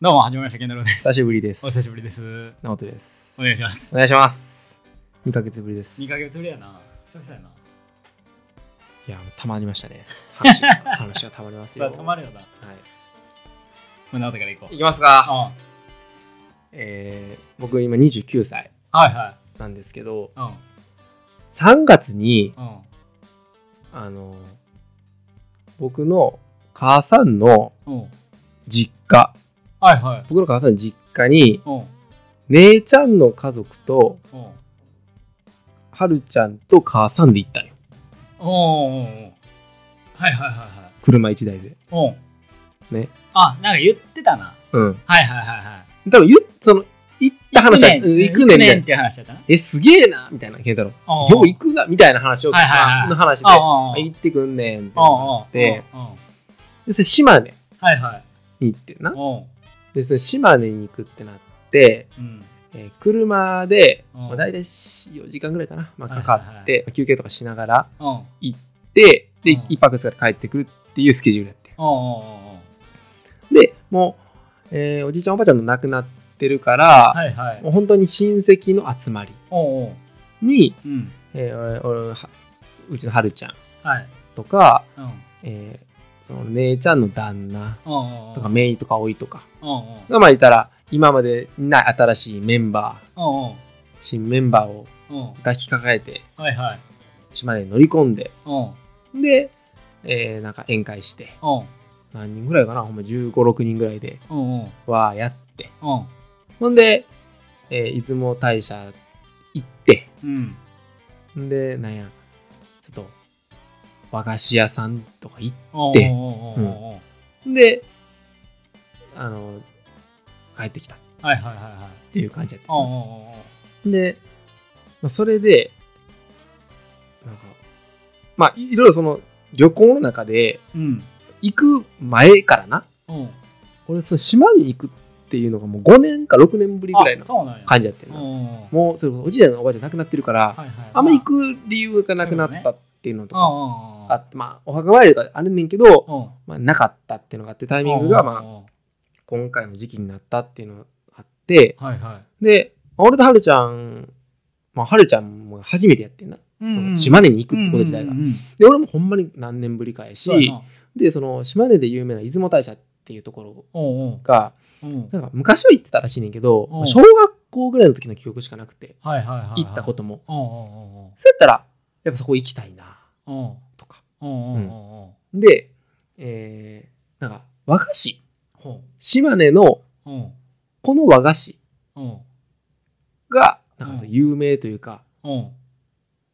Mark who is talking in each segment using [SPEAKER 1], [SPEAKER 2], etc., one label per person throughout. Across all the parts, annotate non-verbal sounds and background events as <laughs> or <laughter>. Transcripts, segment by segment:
[SPEAKER 1] どうも、はじめまして、健太郎です。
[SPEAKER 2] 久しぶりです。
[SPEAKER 1] お久しぶりです。
[SPEAKER 2] 直人です。
[SPEAKER 1] お願いします
[SPEAKER 2] お。願いします。2ヶ月ぶりです。
[SPEAKER 1] 2
[SPEAKER 2] い
[SPEAKER 1] ヶ月ぶりやな。久々やな。
[SPEAKER 2] や、たまりましたね。話話はたまります
[SPEAKER 1] そ
[SPEAKER 2] <laughs> よ。
[SPEAKER 1] う、たまるよな。
[SPEAKER 2] は
[SPEAKER 1] まあ、直人から行こう
[SPEAKER 2] い、い。きますか。
[SPEAKER 1] あ
[SPEAKER 2] えー、僕今29歳
[SPEAKER 1] はいはい。
[SPEAKER 2] なんですけど、
[SPEAKER 1] うん。
[SPEAKER 2] 3月に、
[SPEAKER 1] うん。
[SPEAKER 2] あの、僕の母さんの
[SPEAKER 1] うん。
[SPEAKER 2] 実家、
[SPEAKER 1] はいはい。
[SPEAKER 2] 僕の母さんの実家に、
[SPEAKER 1] うん。
[SPEAKER 2] 姉ちゃんの家族と、
[SPEAKER 1] うん。
[SPEAKER 2] はるちゃんと母さんで行ったよ。
[SPEAKER 1] うん。うん。はいはいはいはい。
[SPEAKER 2] 車1台で。
[SPEAKER 1] うん。
[SPEAKER 2] ね。
[SPEAKER 1] あ、なんか言ってたな。
[SPEAKER 2] うん。
[SPEAKER 1] はいはいはいはい。
[SPEAKER 2] 多分、ゆその、行った話は、
[SPEAKER 1] 行く
[SPEAKER 2] うん
[SPEAKER 1] ねん
[SPEAKER 2] 行くねんみたい
[SPEAKER 1] っ
[SPEAKER 2] な。
[SPEAKER 1] て話だったな。
[SPEAKER 2] え、すげえなみたいな、健太郎。
[SPEAKER 1] お
[SPEAKER 2] よう行くなみたいな話を、
[SPEAKER 1] はいはいはい
[SPEAKER 2] の話で、
[SPEAKER 1] ああ。
[SPEAKER 2] 行ってくんねんって
[SPEAKER 1] ああ。
[SPEAKER 2] な
[SPEAKER 1] あ
[SPEAKER 2] って、
[SPEAKER 1] あ。
[SPEAKER 2] で、それ島根
[SPEAKER 1] はいはい。
[SPEAKER 2] に行ってんな。
[SPEAKER 1] お
[SPEAKER 2] で、それ島根に行くってなって、
[SPEAKER 1] うん。
[SPEAKER 2] えー車で、
[SPEAKER 1] うん
[SPEAKER 2] まあ、大体4時間ぐらいかな、まあ、
[SPEAKER 1] はい
[SPEAKER 2] か
[SPEAKER 1] はいはい
[SPEAKER 2] かって、まあ休憩とかしながら、
[SPEAKER 1] うん。おう
[SPEAKER 2] で、で、
[SPEAKER 1] うん
[SPEAKER 2] 一泊二日で帰ってくるっていうスケジュールやって。
[SPEAKER 1] おうおうおう
[SPEAKER 2] で、もう、えーおじいちゃんおばあちゃんも亡くなってるから、
[SPEAKER 1] はいはい
[SPEAKER 2] も。う本当に親戚の集まり
[SPEAKER 1] おうおう。
[SPEAKER 2] に、
[SPEAKER 1] うん。
[SPEAKER 2] えー俺はうちのはるちゃん
[SPEAKER 1] はい。
[SPEAKER 2] とか、
[SPEAKER 1] うん。
[SPEAKER 2] えーその姉ちゃんの旦那
[SPEAKER 1] うんうん。
[SPEAKER 2] とか、メイとかおいとか
[SPEAKER 1] うんうん。
[SPEAKER 2] がまあいたら今までにない新しいメンバー
[SPEAKER 1] うんうん。
[SPEAKER 2] 新メンバーを
[SPEAKER 1] うん。
[SPEAKER 2] 抱きかかえて
[SPEAKER 1] はいはい。
[SPEAKER 2] 島根に乗り込んで
[SPEAKER 1] うん。
[SPEAKER 2] で、えーなんか宴会して
[SPEAKER 1] うん。
[SPEAKER 2] 何人ぐらいかなほんま1 5六6人ぐらいで
[SPEAKER 1] うんうん。
[SPEAKER 2] わーやって
[SPEAKER 1] うん。
[SPEAKER 2] ほんで、えー出雲大社行って
[SPEAKER 1] うん。
[SPEAKER 2] ほんでなんやちょっと和菓子屋さんとか行っ
[SPEAKER 1] で、は
[SPEAKER 2] であの帰ってきたっ
[SPEAKER 1] いはいはいはい。
[SPEAKER 2] ていう感じやった
[SPEAKER 1] うんうんうん。
[SPEAKER 2] で、まあ、それで、なんか、まあ、いいろいろその旅行の中で、
[SPEAKER 1] うん。
[SPEAKER 2] 行く前からな、
[SPEAKER 1] うん。
[SPEAKER 2] 俺、その島に行くっていうのがもう5年か6年ぶりぐらいの
[SPEAKER 1] そうなんや。
[SPEAKER 2] 感じやってん
[SPEAKER 1] う
[SPEAKER 2] な。
[SPEAKER 1] んうん。
[SPEAKER 2] もう、それこそおじいちゃんのおばあちゃん亡くなってるから、
[SPEAKER 1] はいはい。
[SPEAKER 2] あんま行く理由がなくなったっていうのと
[SPEAKER 1] うん
[SPEAKER 2] か、
[SPEAKER 1] うんうん。
[SPEAKER 2] あって、まあ、お墓参りとかあるねんけど、
[SPEAKER 1] うん。
[SPEAKER 2] まあ、なかったっていうのがあって、タ
[SPEAKER 1] タ
[SPEAKER 2] イミングが、まあ、今回の時期になったっていうのがあって、
[SPEAKER 1] あ。はいはい。
[SPEAKER 2] で、俺とはるちゃん、まあ、はるちゃんも初めてやってんな。その島根に行くってこと自体が。で、俺もほんまに何年ぶりかやし、で、その島根で有名な出雲大社っていうところ
[SPEAKER 1] うんうん。
[SPEAKER 2] が、
[SPEAKER 1] うん。
[SPEAKER 2] なんか昔は行ってたらしいねんけど、
[SPEAKER 1] うん
[SPEAKER 2] 小学校ぐらいの時の記憶しかなくて、
[SPEAKER 1] はいはいはい。
[SPEAKER 2] 行ったことも。
[SPEAKER 1] と。うん
[SPEAKER 2] そうやったら、やっぱそこ行きたいな、
[SPEAKER 1] うんうん。
[SPEAKER 2] とか。
[SPEAKER 1] うんうんうんうん。
[SPEAKER 2] で、えー、なんか和菓子、
[SPEAKER 1] ほ
[SPEAKER 2] 島根の
[SPEAKER 1] う。うん。
[SPEAKER 2] この和菓子
[SPEAKER 1] うん。
[SPEAKER 2] が、なんか
[SPEAKER 1] うん
[SPEAKER 2] 有名というか、
[SPEAKER 1] うん。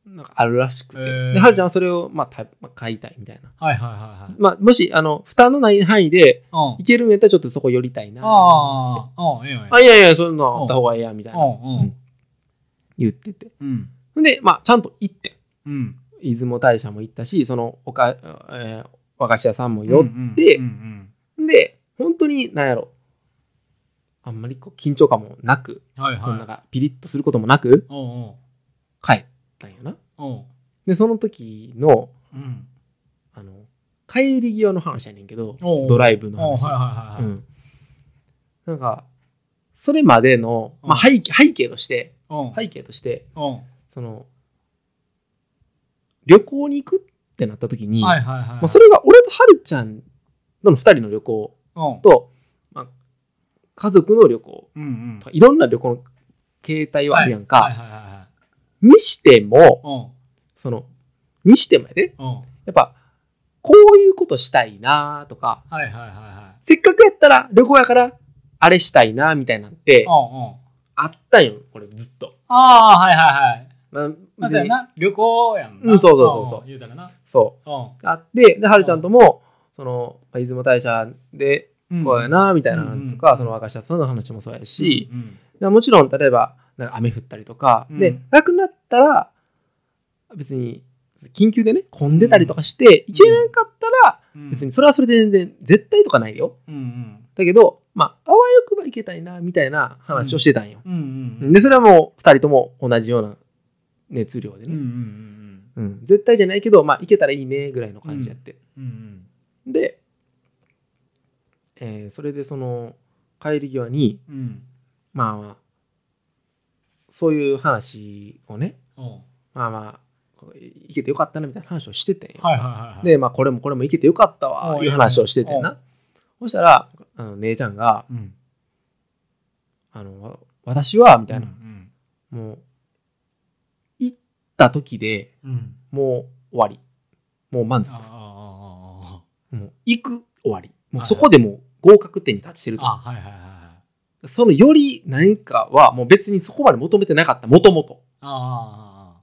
[SPEAKER 2] なんかあるらしくて、
[SPEAKER 1] へー
[SPEAKER 2] で、はるちゃんはそれを、まあ、たまあ買いたいみたいな。
[SPEAKER 1] はいはいはいはい。
[SPEAKER 2] まあ、もし、あの、負担のない範囲で、
[SPEAKER 1] うん。
[SPEAKER 2] 行けるんやったらちょっとそこ寄りたいな。
[SPEAKER 1] ああ、うん、ええよ、ええよ。
[SPEAKER 2] あ、いやいや、そういうのあった方がええやん、みたいな。
[SPEAKER 1] うん、うん、
[SPEAKER 2] 言ってて。
[SPEAKER 1] うん、
[SPEAKER 2] んで、まあ、ちゃんと行って。
[SPEAKER 1] うん。
[SPEAKER 2] 出雲大社も行ったし、その、おか、えー和菓子屋さんも寄
[SPEAKER 1] うん
[SPEAKER 2] っ
[SPEAKER 1] うん
[SPEAKER 2] て
[SPEAKER 1] うんうん
[SPEAKER 2] で、本当に、なんやろ。あんまりこう緊張感もなく、
[SPEAKER 1] はいはい。
[SPEAKER 2] そのなんか、ピリッとすることもなく、
[SPEAKER 1] おう
[SPEAKER 2] 帰ったんよな。
[SPEAKER 1] おうおう
[SPEAKER 2] で、その時の、
[SPEAKER 1] うん。
[SPEAKER 2] あの、帰り際の話やねんけど
[SPEAKER 1] おうおう、
[SPEAKER 2] ドライブの
[SPEAKER 1] おう
[SPEAKER 2] 話。
[SPEAKER 1] はいはいは
[SPEAKER 2] う
[SPEAKER 1] いはい。
[SPEAKER 2] ん。なんか、それまでの、まあ、
[SPEAKER 1] う
[SPEAKER 2] 背景背景として、
[SPEAKER 1] おう
[SPEAKER 2] 背景として、
[SPEAKER 1] おう
[SPEAKER 2] その、旅行に行くってなった時に、
[SPEAKER 1] はいはいはい。
[SPEAKER 2] まあ、それが俺とはるちゃんの2人の旅行
[SPEAKER 1] おう
[SPEAKER 2] と、まあ、家族の旅行
[SPEAKER 1] うんうん
[SPEAKER 2] と。か、いろんな旅行の形態はあるやんか、
[SPEAKER 1] はいはいはいはい。
[SPEAKER 2] にしても、
[SPEAKER 1] おう
[SPEAKER 2] その、にしてもやで、
[SPEAKER 1] おう
[SPEAKER 2] やっぱ、こういうことしたいなとか、
[SPEAKER 1] はいはいはいは
[SPEAKER 2] せっかくやったら旅行やから、あれしたいなみたいなんて
[SPEAKER 1] い。、おうおう
[SPEAKER 2] あったんよ、これずっと。
[SPEAKER 1] ああ、はいはいはい。
[SPEAKER 2] まあ
[SPEAKER 1] まずやな、旅行やんな。
[SPEAKER 2] うんそうそうそうそう
[SPEAKER 1] おお言うたらな。
[SPEAKER 2] そ
[SPEAKER 1] お
[SPEAKER 2] う。あって、で、はるちゃんとも、その、まあ出雲大社で
[SPEAKER 1] うん。
[SPEAKER 2] こうやな、みたいな話とか、
[SPEAKER 1] うん
[SPEAKER 2] その若者さんの話もそうや
[SPEAKER 1] うん
[SPEAKER 2] し、
[SPEAKER 1] うん
[SPEAKER 2] でもちろん、例えば、なんか雨降ったりとか、
[SPEAKER 1] うん
[SPEAKER 2] で、なくなったら、別に、緊急でね、混んでたりとかして、行けなかったら、
[SPEAKER 1] うん。
[SPEAKER 2] 別にそれはそれで全然、絶対とかないよ。
[SPEAKER 1] うんうん。
[SPEAKER 2] だけど、まあ、あわよくば行けたいな、みたいな話をしてたんよ。
[SPEAKER 1] うんうんうん。
[SPEAKER 2] で、それはもう、二人とも同じような熱量で
[SPEAKER 1] うんうん
[SPEAKER 2] ね。
[SPEAKER 1] うん
[SPEAKER 2] うん、絶対じゃないけど、まあ、行けたらいいね、ぐらいの感じやって。
[SPEAKER 1] うん。うんうん。
[SPEAKER 2] で、えーそれでその帰り際に
[SPEAKER 1] うん
[SPEAKER 2] まあそういう話をね
[SPEAKER 1] おう
[SPEAKER 2] まあまあいけてよかったなみたいな話をしててんやんか
[SPEAKER 1] はいはいはいはい
[SPEAKER 2] でまあこれもこれもいけてよかったわ
[SPEAKER 1] おう
[SPEAKER 2] いう話をしててん
[SPEAKER 1] お
[SPEAKER 2] なそしたらあの姉ちゃんが
[SPEAKER 1] うん
[SPEAKER 2] 「あのわ私は」みたいな、
[SPEAKER 1] うん
[SPEAKER 2] もう行った時で
[SPEAKER 1] うんうん
[SPEAKER 2] もう終わりもう満足
[SPEAKER 1] あああ
[SPEAKER 2] もう行く終わりもう
[SPEAKER 1] はい
[SPEAKER 2] そこでもう合格点に達してる
[SPEAKER 1] あ
[SPEAKER 2] と、
[SPEAKER 1] ああはいはいはいはい
[SPEAKER 2] そのより何かはもう別にそこまで求めてなかったもともと
[SPEAKER 1] ああああ
[SPEAKER 2] っ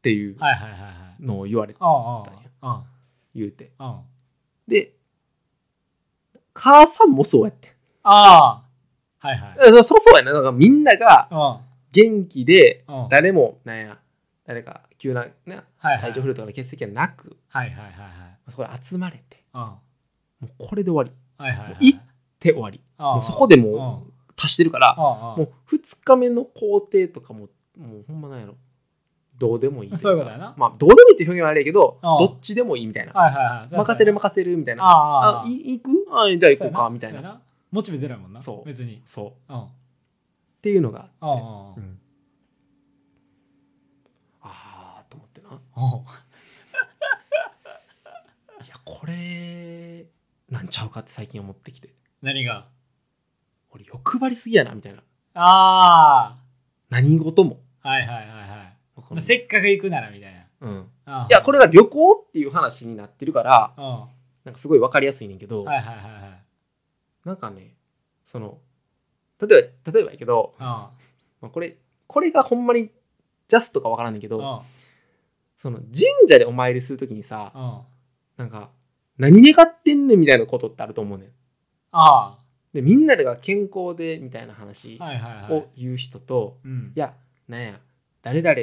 [SPEAKER 2] ていう
[SPEAKER 1] はいはいはいはい
[SPEAKER 2] のを言われ
[SPEAKER 1] ああああ
[SPEAKER 2] 言うて
[SPEAKER 1] ああ
[SPEAKER 2] で母さんもそうやってん
[SPEAKER 1] ああはいはい
[SPEAKER 2] だからそらそうやななんかみんなが
[SPEAKER 1] あ
[SPEAKER 2] 元気で
[SPEAKER 1] あはい
[SPEAKER 2] 誰もなんや誰か急なな
[SPEAKER 1] はい
[SPEAKER 2] 体調不良とかの欠席はなく
[SPEAKER 1] はいはいはいはい
[SPEAKER 2] そこで集まれて
[SPEAKER 1] あ
[SPEAKER 2] もうこれで終わりっ
[SPEAKER 1] あはいはいはい
[SPEAKER 2] いて終わり
[SPEAKER 1] ああ
[SPEAKER 2] もうそこでもう足してるから
[SPEAKER 1] ああああ
[SPEAKER 2] もう2日目の工程とかももうほんまなんやろどうでもいい
[SPEAKER 1] そういうことやな
[SPEAKER 2] まあどうでもいいって表現はあれやけど
[SPEAKER 1] ああ
[SPEAKER 2] どっちでもいいみたいな
[SPEAKER 1] はいはいはい
[SPEAKER 2] 任せる任せるみたいな
[SPEAKER 1] あ
[SPEAKER 2] あ
[SPEAKER 1] あ
[SPEAKER 2] い行くあじゃあ行こうかみたい
[SPEAKER 1] そうや
[SPEAKER 2] な
[SPEAKER 1] なモチベゼロやもんな
[SPEAKER 2] そう
[SPEAKER 1] 別に
[SPEAKER 2] そう
[SPEAKER 1] うんうん
[SPEAKER 2] っていうのが
[SPEAKER 1] うん
[SPEAKER 2] あっ
[SPEAKER 1] う
[SPEAKER 2] て
[SPEAKER 1] ん
[SPEAKER 2] うんあーと思ってない
[SPEAKER 1] うん
[SPEAKER 2] やこれなんちゃうかって最近思ってきて
[SPEAKER 1] 何が
[SPEAKER 2] 俺欲張りすぎやなみたいな
[SPEAKER 1] あ
[SPEAKER 2] 何事も
[SPEAKER 1] あはいはいはいはい
[SPEAKER 2] こ
[SPEAKER 1] ま
[SPEAKER 2] の
[SPEAKER 1] あせっかく行くならみたいな
[SPEAKER 2] うん
[SPEAKER 1] ああ
[SPEAKER 2] いやこれが旅行っていう話になってるから
[SPEAKER 1] うんは
[SPEAKER 2] なんかすごい分かりやすいねんけど、
[SPEAKER 1] いはいはいはい
[SPEAKER 2] なんかねその例えば例えばやけど、
[SPEAKER 1] うん
[SPEAKER 2] まあこれこれがほんまにジャストか分からんねんけ
[SPEAKER 1] う
[SPEAKER 2] ど、
[SPEAKER 1] ん
[SPEAKER 2] その神社でお参りするときにさ、
[SPEAKER 1] うんあ
[SPEAKER 2] なんか何願ってんねんみたいなことってあると思うねん。
[SPEAKER 1] あ
[SPEAKER 2] でみんなが健康でみたいな話
[SPEAKER 1] はいはいは
[SPEAKER 2] を
[SPEAKER 1] い
[SPEAKER 2] 言う人と、
[SPEAKER 1] うん
[SPEAKER 2] いやなんや誰々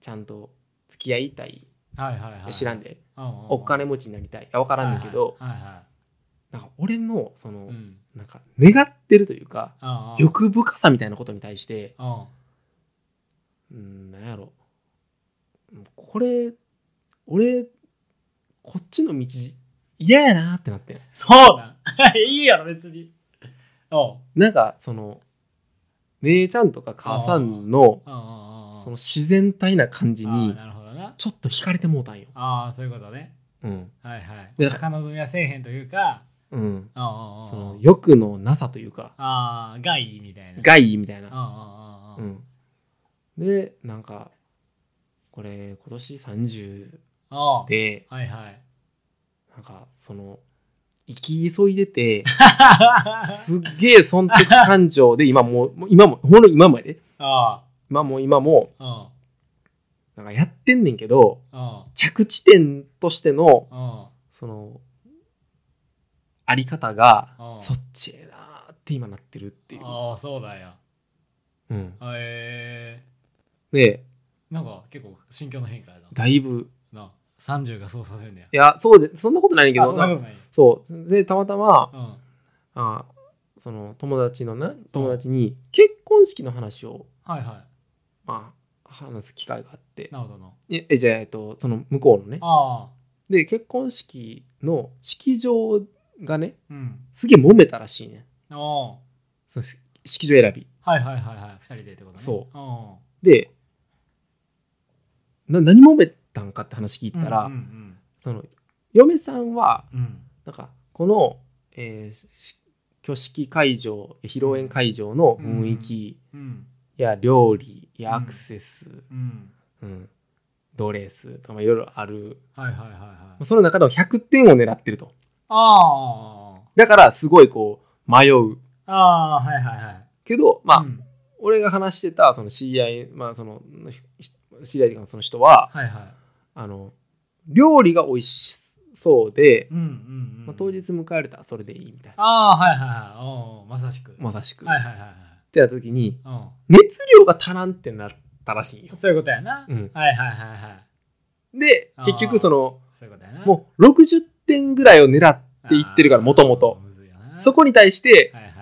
[SPEAKER 2] ちゃんと付き合いたい
[SPEAKER 1] はいはいはい
[SPEAKER 2] 知らんでお
[SPEAKER 1] お
[SPEAKER 2] 金持ちになりたいいや分からんねんけど、
[SPEAKER 1] はいはいは
[SPEAKER 2] なんか俺のその、
[SPEAKER 1] いうん
[SPEAKER 2] なんか願ってるというか
[SPEAKER 1] ああ
[SPEAKER 2] 欲深さみたいなことに対して
[SPEAKER 1] うん <laughs>
[SPEAKER 2] うんなんやろこれ俺こっちの道嫌やなってなってん
[SPEAKER 1] そうなんいいやろ別におう
[SPEAKER 2] なんかその姉ちゃんとか母さんの
[SPEAKER 1] うんうんうんうん
[SPEAKER 2] その自然体な感じ
[SPEAKER 1] ああ
[SPEAKER 2] に
[SPEAKER 1] なるほどな
[SPEAKER 2] ちょっと惹かれてもうたんよ。
[SPEAKER 1] ああそういうことね
[SPEAKER 2] うん
[SPEAKER 1] はいはい
[SPEAKER 2] で
[SPEAKER 1] 高望みはせえへんというか
[SPEAKER 2] うん、
[SPEAKER 1] うんうんうん
[SPEAKER 2] その欲のなさというか
[SPEAKER 1] ああがいいみたいな
[SPEAKER 2] 害みたい
[SPEAKER 1] うん
[SPEAKER 2] な。
[SPEAKER 1] うん
[SPEAKER 2] う
[SPEAKER 1] うんうん
[SPEAKER 2] ん、でなんかこれ今年30
[SPEAKER 1] おう
[SPEAKER 2] で
[SPEAKER 1] はいはい
[SPEAKER 2] なんかその生き急いでて。すっげえ損得感情で今もうもう今もほんの今まで
[SPEAKER 1] <laughs> あ
[SPEAKER 2] 今も今も
[SPEAKER 1] あうん
[SPEAKER 2] なんかやってんねんけど
[SPEAKER 1] うん
[SPEAKER 2] 着地点としての
[SPEAKER 1] うん
[SPEAKER 2] そのあり方が
[SPEAKER 1] うん
[SPEAKER 2] そっちへなーって今なってるっていう、
[SPEAKER 1] ああそうだよ
[SPEAKER 2] うん、
[SPEAKER 1] へえ
[SPEAKER 2] で
[SPEAKER 1] なんか結構心境の変化やな
[SPEAKER 2] だいぶ
[SPEAKER 1] な30がそうさせるんだよ
[SPEAKER 2] いやそうでそんなことないねんけ
[SPEAKER 1] あ
[SPEAKER 2] ど
[SPEAKER 1] そんなこ
[SPEAKER 2] な
[SPEAKER 1] とない
[SPEAKER 2] そうでたまたま
[SPEAKER 1] うん
[SPEAKER 2] あその友達のな友達に結婚式の話を、
[SPEAKER 1] はいは
[SPEAKER 2] まあ、話す機会があって
[SPEAKER 1] いなるほどな
[SPEAKER 2] ええじゃあ、えっと、その向こうのね
[SPEAKER 1] ああ
[SPEAKER 2] で結婚式の式場がね
[SPEAKER 1] うん
[SPEAKER 2] すげえ揉めたらしいね
[SPEAKER 1] おう
[SPEAKER 2] そのし式場選び
[SPEAKER 1] はいはいはいはい二人でってことね
[SPEAKER 2] そ
[SPEAKER 1] うん
[SPEAKER 2] でな何揉めたんかって話聞いてたら、
[SPEAKER 1] うんうん
[SPEAKER 2] その嫁さんは
[SPEAKER 1] うんうん
[SPEAKER 2] なんかこの、えーし挙式会場披露宴会場の雰囲気
[SPEAKER 1] うん
[SPEAKER 2] や料理
[SPEAKER 1] うん
[SPEAKER 2] やアクセス、
[SPEAKER 1] うん
[SPEAKER 2] うんドレスとかいろいろある
[SPEAKER 1] はいはいはいはい
[SPEAKER 2] その中でも100点を狙ってると
[SPEAKER 1] ああ
[SPEAKER 2] だからすごいこう迷う
[SPEAKER 1] ああはいはいはい
[SPEAKER 2] けどまあ、
[SPEAKER 1] うん
[SPEAKER 2] 俺が話してたその知り合いまあそのひひ知り合いというかその人は
[SPEAKER 1] はいはい
[SPEAKER 2] あの料理が美味しそうで、
[SPEAKER 1] うんうんうん
[SPEAKER 2] まあ、当日迎えれたらそれでいいみたいな
[SPEAKER 1] ああはいはいはいおうまさしく
[SPEAKER 2] まさしく、
[SPEAKER 1] はい
[SPEAKER 2] っ
[SPEAKER 1] はいはいはい
[SPEAKER 2] てなった時に
[SPEAKER 1] う
[SPEAKER 2] 熱量が足らんってなったらしいんよ
[SPEAKER 1] ん、そういうことやな、
[SPEAKER 2] うん
[SPEAKER 1] はいはいはいはい
[SPEAKER 2] で
[SPEAKER 1] あー
[SPEAKER 2] 結局その
[SPEAKER 1] そういうことやな
[SPEAKER 2] もう60点ぐらいを狙っていってるから
[SPEAKER 1] あー
[SPEAKER 2] もともと
[SPEAKER 1] むずいよな
[SPEAKER 2] そこに対して
[SPEAKER 1] はいはい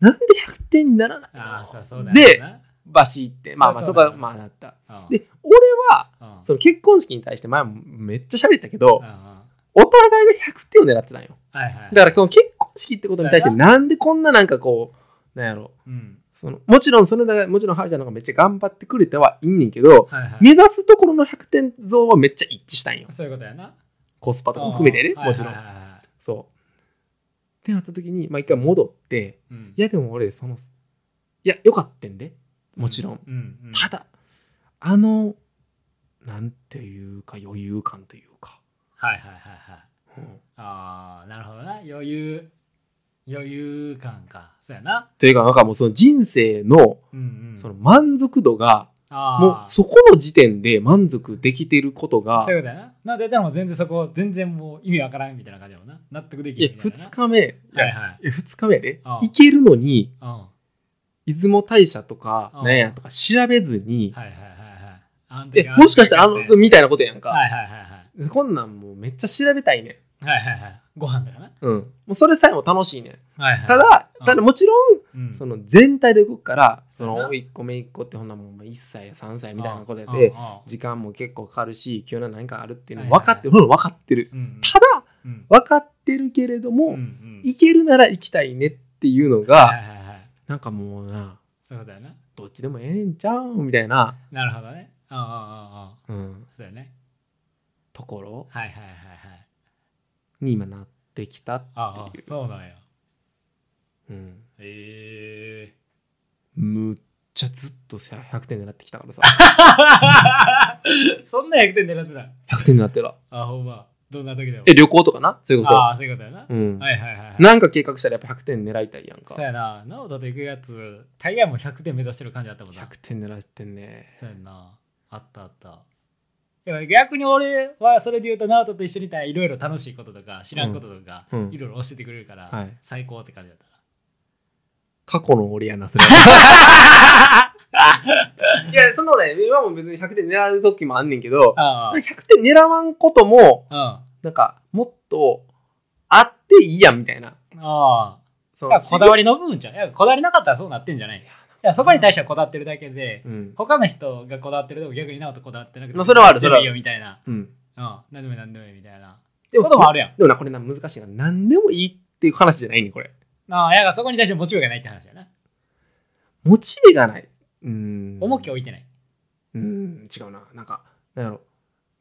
[SPEAKER 2] なんで100点にならない
[SPEAKER 1] ああそうそう
[SPEAKER 2] の
[SPEAKER 1] だよ
[SPEAKER 2] で
[SPEAKER 1] な
[SPEAKER 2] バシってまあまあ
[SPEAKER 1] そ
[SPEAKER 2] そうこ
[SPEAKER 1] そう
[SPEAKER 2] はまあなった
[SPEAKER 1] うん
[SPEAKER 2] で俺は
[SPEAKER 1] うん
[SPEAKER 2] その結婚式に対して前もめっちゃ喋ったけど
[SPEAKER 1] うんうんは
[SPEAKER 2] お互いが100点を狙ってたんよ
[SPEAKER 1] いはい
[SPEAKER 2] だからその結婚式ってことに対して
[SPEAKER 1] そう
[SPEAKER 2] なんでこんななんかこうなんやろ
[SPEAKER 1] うん
[SPEAKER 2] そのもちろんそれだけもちろんはるちゃんの方がめっちゃ頑張ってくれてはいんねんけど
[SPEAKER 1] はいはい
[SPEAKER 2] 目指すところの100点像はめっちゃ一致したんよ
[SPEAKER 1] そういうことやな
[SPEAKER 2] コスパとかも含めてね
[SPEAKER 1] うん
[SPEAKER 2] もちろん、
[SPEAKER 1] はいはいはいはい
[SPEAKER 2] そうってなった時にまあ一回戻って
[SPEAKER 1] うん
[SPEAKER 2] いやでも俺そのいやよかったんでもちろん、
[SPEAKER 1] うんうん
[SPEAKER 2] ただあのなんていうか余裕感というか、
[SPEAKER 1] はいはいはいはい
[SPEAKER 2] うん
[SPEAKER 1] ああなるほどな余裕余裕感かそうやな
[SPEAKER 2] というかなんかもうその人生の
[SPEAKER 1] うんうん
[SPEAKER 2] その満足度が
[SPEAKER 1] あー
[SPEAKER 2] もうそこの時点で満足できてることが
[SPEAKER 1] そういうことやななんででも全然そこ全然もう意味わからんみたいな感じやもんな納得でき
[SPEAKER 2] いや
[SPEAKER 1] るみたいなな
[SPEAKER 2] 2日目いや
[SPEAKER 1] はいはい
[SPEAKER 2] いや2日目やで
[SPEAKER 1] ああ
[SPEAKER 2] 行けるのに
[SPEAKER 1] うんは
[SPEAKER 2] 出雲大社とか
[SPEAKER 1] ああ
[SPEAKER 2] なんやとか調べず
[SPEAKER 1] い
[SPEAKER 2] に
[SPEAKER 1] はいはいはいあの時
[SPEAKER 2] え
[SPEAKER 1] は
[SPEAKER 2] もしかしたらあの
[SPEAKER 1] はいはい
[SPEAKER 2] みたいなことやんか
[SPEAKER 1] はいはいはい
[SPEAKER 2] こんなんもうめっちゃ調べたいねん
[SPEAKER 1] はいはいはいご飯だからな
[SPEAKER 2] うん、もうそれさえも楽しいねん
[SPEAKER 1] はいはい
[SPEAKER 2] ただ
[SPEAKER 1] うん
[SPEAKER 2] ただもちろん
[SPEAKER 1] うん
[SPEAKER 2] その全体で動くからそ
[SPEAKER 1] そうやな
[SPEAKER 2] の1個目1個ってほんなもん1歳や3歳みたいなこと
[SPEAKER 1] うん
[SPEAKER 2] で
[SPEAKER 1] うん
[SPEAKER 2] 時間も結構かかるし急な何かあるっていうの
[SPEAKER 1] は
[SPEAKER 2] も
[SPEAKER 1] いは
[SPEAKER 2] 分
[SPEAKER 1] い
[SPEAKER 2] かってるほんなら分かってる
[SPEAKER 1] うん
[SPEAKER 2] ただ
[SPEAKER 1] うん
[SPEAKER 2] 分かってるけれども、
[SPEAKER 1] うんうん
[SPEAKER 2] 行けるなら行きたいねっていうの
[SPEAKER 1] はい
[SPEAKER 2] が
[SPEAKER 1] はいはい
[SPEAKER 2] なんかもうな
[SPEAKER 1] そういうことやな
[SPEAKER 2] どっちでもええんちゃうんみたいな、
[SPEAKER 1] なるほどねうんうんうんうん
[SPEAKER 2] うん、
[SPEAKER 1] そうやね
[SPEAKER 2] ところ
[SPEAKER 1] はいはいはいはい
[SPEAKER 2] に今なってきた、
[SPEAKER 1] ああ
[SPEAKER 2] っていう
[SPEAKER 1] そうなんや
[SPEAKER 2] うん、
[SPEAKER 1] え <laughs> え
[SPEAKER 2] むっちゃずっとさ100点狙ってきた <laughs> からさ
[SPEAKER 1] そんな100点狙ってた
[SPEAKER 2] 100点狙ってた
[SPEAKER 1] あほんまどんな時でも
[SPEAKER 2] <laughs> え旅行とかなそれこそ、
[SPEAKER 1] ああそういうことやな、
[SPEAKER 2] うん
[SPEAKER 1] はいはいはいはい
[SPEAKER 2] なんか計画したらやっぱ100点狙いたいやんか
[SPEAKER 1] そうやな直人と行くやつ大概もう100点目指してる感じだったもんな
[SPEAKER 2] 100点狙ってんね
[SPEAKER 1] そうやんなあったあったでも逆に俺はそれで言うと直人と一緒にいたらいろいろ楽しいこととか知らんこととか
[SPEAKER 2] うんうん
[SPEAKER 1] いろいろ教えてくれるから、
[SPEAKER 2] はい
[SPEAKER 1] 最高って感じだった
[SPEAKER 2] 過去の俺やなそ <laughs> れ <laughs> いやそんなことない今も別に100点狙う時もあんねんけど
[SPEAKER 1] ああ
[SPEAKER 2] 100点狙わんことも
[SPEAKER 1] あ
[SPEAKER 2] なんかもっとあっていいやんみたいな
[SPEAKER 1] あ
[SPEAKER 2] そ
[SPEAKER 1] だからこだわ
[SPEAKER 2] り、
[SPEAKER 1] りの部分じゃんいやこだわりなかったらそうなってんじゃないいやそこに対してはこだわってるだけで
[SPEAKER 2] うん
[SPEAKER 1] 他の人がこだわってるとこ逆に直人こだわってなくて
[SPEAKER 2] まあそれはある
[SPEAKER 1] 全部いいよみたいな
[SPEAKER 2] うん、
[SPEAKER 1] うん何でもいい何でもいいみたいな
[SPEAKER 2] で
[SPEAKER 1] こともあるやん
[SPEAKER 2] でもなこれな難しいな何でもいいっていう話じゃないねこれ
[SPEAKER 1] ああ、やがそこに対してモチベがないって話だな。
[SPEAKER 2] モチベがないうーん
[SPEAKER 1] 重きを置いてない。
[SPEAKER 2] うーん違うななんかなんやろ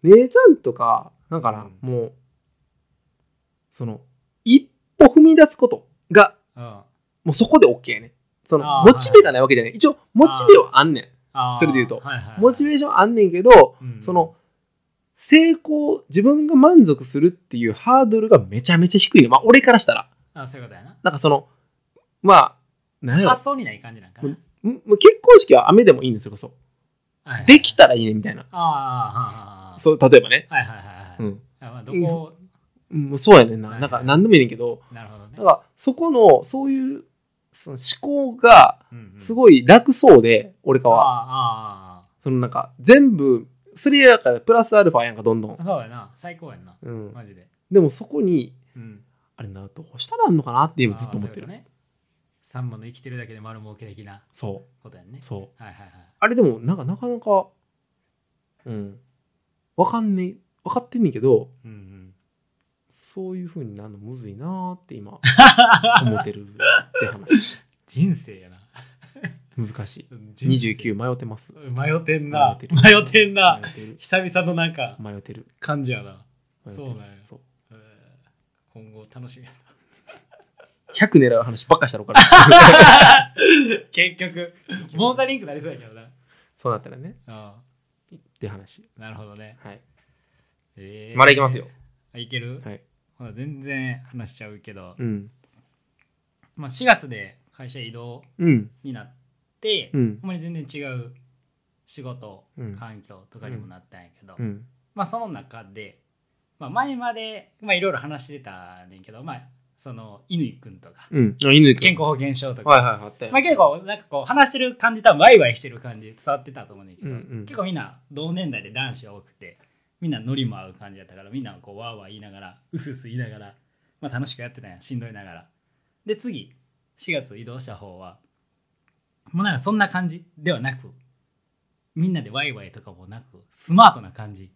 [SPEAKER 2] 姉ちゃんとかなんかな、
[SPEAKER 1] うん
[SPEAKER 2] もうその一歩踏み出すことが
[SPEAKER 1] うん。あ
[SPEAKER 2] もうそこで OK やねその
[SPEAKER 1] あー
[SPEAKER 2] モチベがないわけじゃない一応モチベはあんねん
[SPEAKER 1] あ
[SPEAKER 2] それで言うと
[SPEAKER 1] はいはいはい
[SPEAKER 2] モチベーションあんねんけど、
[SPEAKER 1] うん
[SPEAKER 2] その成功自分が満足するっていうハードルがめちゃめちゃ低いのまあ俺からしたら
[SPEAKER 1] あそういうことやな。
[SPEAKER 2] なんかそのまあなんやろ
[SPEAKER 1] 発想にない感じなんか
[SPEAKER 2] も
[SPEAKER 1] な
[SPEAKER 2] う。んもう結婚式は雨でもいいんですよそれこ
[SPEAKER 1] はいはい
[SPEAKER 2] そできたらいいねみたいな
[SPEAKER 1] ああああ、ああ。
[SPEAKER 2] そう例えばね、
[SPEAKER 1] はいはいはい。
[SPEAKER 2] う
[SPEAKER 1] はい
[SPEAKER 2] ん、
[SPEAKER 1] あまあ、どこ、
[SPEAKER 2] もうそうやねん
[SPEAKER 1] は
[SPEAKER 2] ないなんか何でもいいねんけど
[SPEAKER 1] なるほどね
[SPEAKER 2] なん。かそこのそういうその思考がす
[SPEAKER 1] い。
[SPEAKER 2] ごい楽そうで俺か
[SPEAKER 1] ああ
[SPEAKER 2] は
[SPEAKER 1] ああ、あ
[SPEAKER 2] そのなんか全部それやからプラスアルファやんかどんどん
[SPEAKER 1] あ。、そうやな。最高やんな。
[SPEAKER 2] うん、
[SPEAKER 1] マジで。
[SPEAKER 2] でもそこに
[SPEAKER 1] うん。
[SPEAKER 2] あれなどうしたらあんのかなって今ずっと思って
[SPEAKER 1] ああ。
[SPEAKER 2] る
[SPEAKER 1] そういうことね三本の生きてるだけで丸儲け的な
[SPEAKER 2] そ
[SPEAKER 1] ことやん
[SPEAKER 2] う
[SPEAKER 1] ね。
[SPEAKER 2] そう
[SPEAKER 1] はいはいはい。
[SPEAKER 2] あれでもなんかなかなかうんわかんねえ分かってんねんけど
[SPEAKER 1] うんうん。
[SPEAKER 2] そういうふうになるのむずいなーって <laughs> 今思ってるって話
[SPEAKER 1] 人生やな。
[SPEAKER 2] 難し
[SPEAKER 1] うん
[SPEAKER 2] い
[SPEAKER 1] 人生
[SPEAKER 2] 29迷ってます
[SPEAKER 1] 迷ってんな。
[SPEAKER 2] 迷ってる
[SPEAKER 1] 迷ってんな。
[SPEAKER 2] 迷ってる
[SPEAKER 1] 久々のなんか
[SPEAKER 2] 迷ってる
[SPEAKER 1] 感じやな。
[SPEAKER 2] 迷って
[SPEAKER 1] そ
[SPEAKER 2] る
[SPEAKER 1] うなんや
[SPEAKER 2] そう
[SPEAKER 1] えー今後楽しみや <laughs>
[SPEAKER 2] 100狙う話ばっかしたろから
[SPEAKER 1] な結局モータリンクなりそうやけどな
[SPEAKER 2] <laughs> そうなったらね
[SPEAKER 1] あ
[SPEAKER 2] って話
[SPEAKER 1] あなるほどね、
[SPEAKER 2] はい
[SPEAKER 1] えー
[SPEAKER 2] まだいきますよ
[SPEAKER 1] あいける、
[SPEAKER 2] はい
[SPEAKER 1] ほら全然話しちゃうけど、
[SPEAKER 2] うん
[SPEAKER 1] まあ、4月で会社移動
[SPEAKER 2] うん
[SPEAKER 1] になって、
[SPEAKER 2] うん
[SPEAKER 1] ほんまに全然違う仕事、
[SPEAKER 2] うん
[SPEAKER 1] 環境とかにもなったんやけど、
[SPEAKER 2] うん
[SPEAKER 1] まあその中で、まあ、前までまあいろいろ話してたねんけどまあその乾くんとか
[SPEAKER 2] うんあ犬くん
[SPEAKER 1] 健康保険証とか、
[SPEAKER 2] はいはいはいあったよ
[SPEAKER 1] まあ、結構なんかこう話してる感じ多分ワイワイしてる感じ伝わってたと思うねんだけど、
[SPEAKER 2] うんうん
[SPEAKER 1] 結構みんな同年代で男子が多くてみんなノリも合う感じだったからみんなこうわーわー言いながらうすうす言いながら、まあ、楽しくやってたんやしんどいながらで次4月移動した方はもうなんかそんな感じではなくみんなでワイワイとかもなくスマートな感じ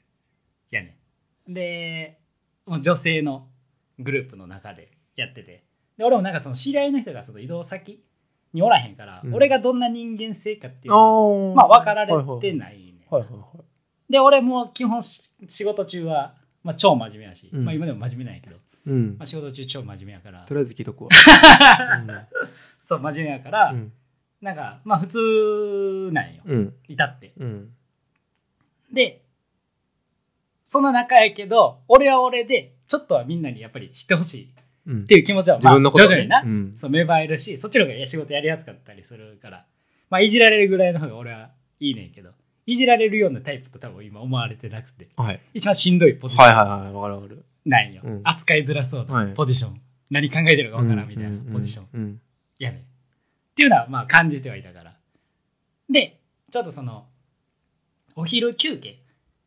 [SPEAKER 1] やねんでもう女性のグループの中でやっててで俺もなんかその知り合いの人がその移動先におらへんから、
[SPEAKER 2] うん
[SPEAKER 1] 俺がどんな人間性かっていうの
[SPEAKER 2] あ
[SPEAKER 1] がまあ分かられて
[SPEAKER 2] い。
[SPEAKER 1] ないね、
[SPEAKER 2] はいはいはい。
[SPEAKER 1] で俺も基本し仕事中は、まあ、超真面目やし、
[SPEAKER 2] うん
[SPEAKER 1] まあ、今でも真面目なんやけど、
[SPEAKER 2] うん
[SPEAKER 1] まあ、。仕事中超真面目やから
[SPEAKER 2] とりあえず聞いと
[SPEAKER 1] <laughs>
[SPEAKER 2] くわ。
[SPEAKER 1] そう真面目やから、
[SPEAKER 2] うん。
[SPEAKER 1] なんかまあ普通なんよ
[SPEAKER 2] うん。
[SPEAKER 1] 至って
[SPEAKER 2] うん。
[SPEAKER 1] でそんな仲やけど俺は俺でちょっとはみんなにやっぱり知ってほしい
[SPEAKER 2] うん。
[SPEAKER 1] っていう気持ちは、
[SPEAKER 2] 自
[SPEAKER 1] まあ、
[SPEAKER 2] 分の
[SPEAKER 1] 徐
[SPEAKER 2] こと
[SPEAKER 1] 々
[SPEAKER 2] ね
[SPEAKER 1] にな、
[SPEAKER 2] うん
[SPEAKER 1] そう芽生えるしそっちの方が仕事やりやすかったりするからまあいじられるぐらいの方が俺はいいねんけどいじられるようなタイプと多分今思われてなくて
[SPEAKER 2] はい。
[SPEAKER 1] 一番しんどいポジション
[SPEAKER 2] はいはいはい。わかるわかる。
[SPEAKER 1] なんよ、
[SPEAKER 2] うん
[SPEAKER 1] 扱いづらそう
[SPEAKER 2] は
[SPEAKER 1] ないポジション、何考えてるかわからんみたい
[SPEAKER 2] うん
[SPEAKER 1] なポジション、。
[SPEAKER 2] うん。
[SPEAKER 1] やねんっていうのはまあ感じてはいたからでちょっとそのお昼休憩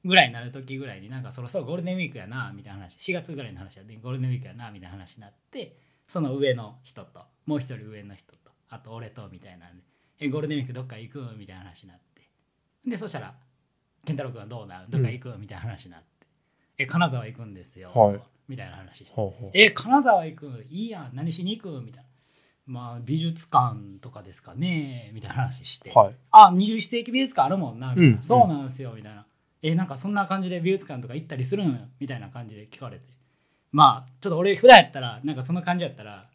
[SPEAKER 1] ぐらいになる時ぐらいになんかそろそろゴールデンウィークやなみたいな話4月ぐらいの話やでゴールデンウィークやなみたいな話になってその上の人ともう一人上の人とあと俺とみたいなんでえゴールデンウィークどっか行くみたいな話になってでそしたら健太郎君はどうなんどっか行くみたいな話になって、え金沢行くんですよ、
[SPEAKER 2] はい
[SPEAKER 1] みたいな話して
[SPEAKER 2] ほうほう。
[SPEAKER 1] え金沢行くいいやん何しに行くみたいなまあ美術館とかですかねみたいな話して、
[SPEAKER 2] はい。
[SPEAKER 1] あ21世紀美術館あるもんなみたいな、
[SPEAKER 2] うん
[SPEAKER 1] そうなんですよみたいなえなんかそんな感じで美術館とか行ったりするんみたいな感じで聞かれてまあちょっと俺普段やったらなんかその感じやったら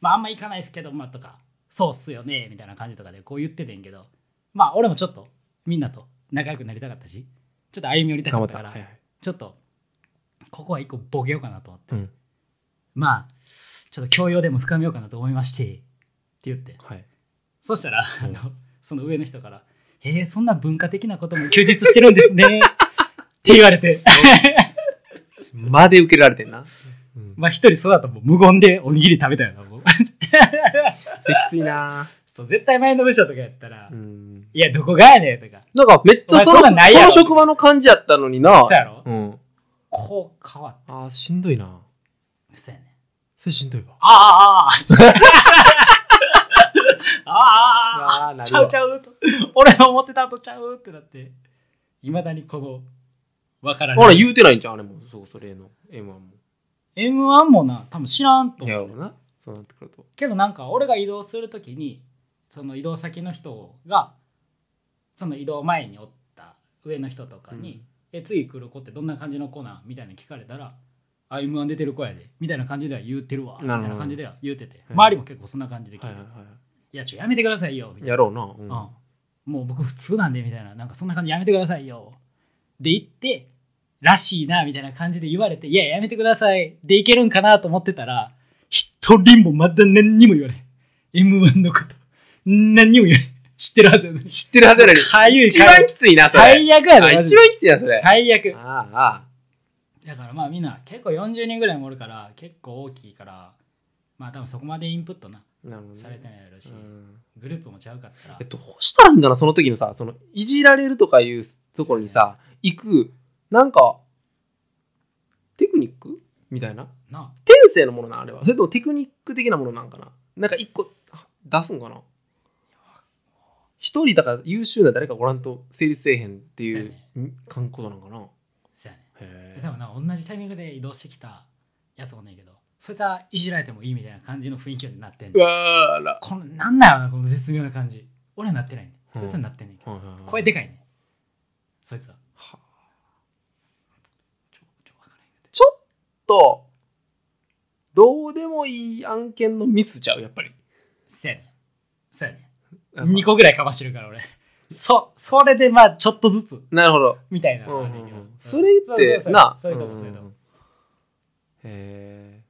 [SPEAKER 1] まああんま行かないですけどまあとかそうっすよねみたいな感じとかでこう言っててんけどまあ俺もちょっとみんなと仲良くなりたかったしちょっと歩み寄りたか
[SPEAKER 2] 頑張
[SPEAKER 1] っ
[SPEAKER 2] った
[SPEAKER 1] か
[SPEAKER 2] た。
[SPEAKER 1] ら
[SPEAKER 2] はいはい。
[SPEAKER 1] ちょっとここは一個ボケようかなと思って、
[SPEAKER 2] うん。
[SPEAKER 1] まあ、ちょっと教養でも深めようかなと思いまして、って言って。
[SPEAKER 2] はい。
[SPEAKER 1] そしたら、
[SPEAKER 2] うん
[SPEAKER 1] あのその上の人から、へえ、そんな文化的なことも休日してるんですね。って言われ <laughs> て、
[SPEAKER 2] まで受けられてんな。うん。
[SPEAKER 1] まあ一人そうだともう無言でおにぎり食べたよな、もう。
[SPEAKER 2] きついな。
[SPEAKER 1] <laughs> そう、絶対前の部署とかやったら、
[SPEAKER 2] うん。
[SPEAKER 1] いや、どこがやねんとか、
[SPEAKER 2] なんかめっちゃその
[SPEAKER 1] お前そんなんないやろ
[SPEAKER 2] その職場の感じやったのにな
[SPEAKER 1] そう。やろ、
[SPEAKER 2] うん。
[SPEAKER 1] こう変わっ
[SPEAKER 2] ああ、しんどいな。
[SPEAKER 1] て、そうやねん。
[SPEAKER 2] それしんどいわ。
[SPEAKER 1] ああ、あ <laughs> あ、ああ、ああ、
[SPEAKER 2] あ、な
[SPEAKER 1] ちゃうち
[SPEAKER 2] ゃ
[SPEAKER 1] ゃうと俺が思ってたとちゃうってなっていまだにこの分から
[SPEAKER 2] ほ
[SPEAKER 1] な
[SPEAKER 2] ら、
[SPEAKER 1] い
[SPEAKER 2] 言うてないんちゃうあれも。そう、それの。M1 も。
[SPEAKER 1] M1 もな多分知らんと
[SPEAKER 2] や
[SPEAKER 1] 思
[SPEAKER 2] ろ
[SPEAKER 1] う
[SPEAKER 2] うな。そうなってくると。
[SPEAKER 1] けどなんか俺が移動するときにその移動先の人がその移動前におった上の人とかに「え次来る子ってどんな感じの子なん?」みたいな聞かれたら「あ M1 出てる子やで」みたいな感じでは言うてるわみ
[SPEAKER 2] な
[SPEAKER 1] たい
[SPEAKER 2] るほど
[SPEAKER 1] な感じでは言うてて
[SPEAKER 2] うん
[SPEAKER 1] 周りも結構そんな感じで聞いて
[SPEAKER 2] はいはい
[SPEAKER 1] 「
[SPEAKER 2] はい
[SPEAKER 1] やちょやめてくださいよ」みたい
[SPEAKER 2] い。
[SPEAKER 1] な
[SPEAKER 2] やろうな。うん
[SPEAKER 1] うん、もう僕普通なんでみたいななんかそんな感じやめてくださいよで行ってらしいなみたいな感じで言われていややめてくださいでいけるんかなと思ってたら一人もまだ何にも言われへん M1 のこと何にも言われへん知ってるはずやのに
[SPEAKER 2] 知ってるはずやのに
[SPEAKER 1] かゆい
[SPEAKER 2] 一
[SPEAKER 1] かゆ
[SPEAKER 2] 番
[SPEAKER 1] い
[SPEAKER 2] きついな、それ。
[SPEAKER 1] 最悪や
[SPEAKER 2] あ
[SPEAKER 1] でマジ
[SPEAKER 2] 一
[SPEAKER 1] で
[SPEAKER 2] 番きついな、それ。あ
[SPEAKER 1] 最悪
[SPEAKER 2] あ、
[SPEAKER 1] だからまあみんな結構40人ぐらいもおるから結構大きいからまあ多分そこまでインプットな
[SPEAKER 2] なるほどね。
[SPEAKER 1] されてないやろし
[SPEAKER 2] うん
[SPEAKER 1] グループもちゃうかったら
[SPEAKER 2] えっと、どうしたらいいんかな、その時のさ、その、いじられるとかいうところにさ、行く、なんか、テクニックみたいな。
[SPEAKER 1] な
[SPEAKER 2] 天性のものな、あれは。それともテクニック的なものなんかな。なんか一個あ出すんかな。一人だから優秀な誰かおらんと成立せえへんってい
[SPEAKER 1] そう
[SPEAKER 2] う感ことなんかな。
[SPEAKER 1] そうやね
[SPEAKER 2] へ
[SPEAKER 1] で
[SPEAKER 2] え
[SPEAKER 1] 多分な同じタイミングで移動してきたやつもねんけどそいつはいじられてもいいみたいな感じの雰囲気になってん
[SPEAKER 2] う
[SPEAKER 1] の
[SPEAKER 2] わーら。
[SPEAKER 1] このなんだろうなこの絶妙な感じ俺はなってないねんそいつはなってんねんけど、声でかいねんそいつは
[SPEAKER 2] はあ
[SPEAKER 1] ちょちょわからへんけど
[SPEAKER 2] ちょっと、どうでもいい案件のミスちゃう、やっぱり。
[SPEAKER 1] そうやねんそうやねん2個ぐらいかましてるから俺そそれでまあちょっとずつ
[SPEAKER 2] なるほど。
[SPEAKER 1] みたいな
[SPEAKER 2] うん
[SPEAKER 1] の
[SPEAKER 2] う
[SPEAKER 1] があ
[SPEAKER 2] ん
[SPEAKER 1] るんやけ
[SPEAKER 2] う
[SPEAKER 1] ど
[SPEAKER 2] んそれって
[SPEAKER 1] そうそうそう
[SPEAKER 2] な。
[SPEAKER 1] そういうとこ
[SPEAKER 2] ん
[SPEAKER 1] そういうとこ
[SPEAKER 2] へえ。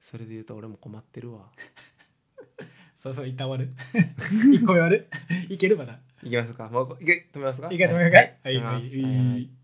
[SPEAKER 2] それで言うと俺も困ってるわ。
[SPEAKER 1] そうそう一旦終わる <laughs> 一個目終わるいけるまだ
[SPEAKER 2] いきますか。もういけ止めますか。
[SPEAKER 1] いいかと思いますか
[SPEAKER 2] は
[SPEAKER 1] はいい
[SPEAKER 2] は
[SPEAKER 1] はいい
[SPEAKER 2] はい
[SPEAKER 1] い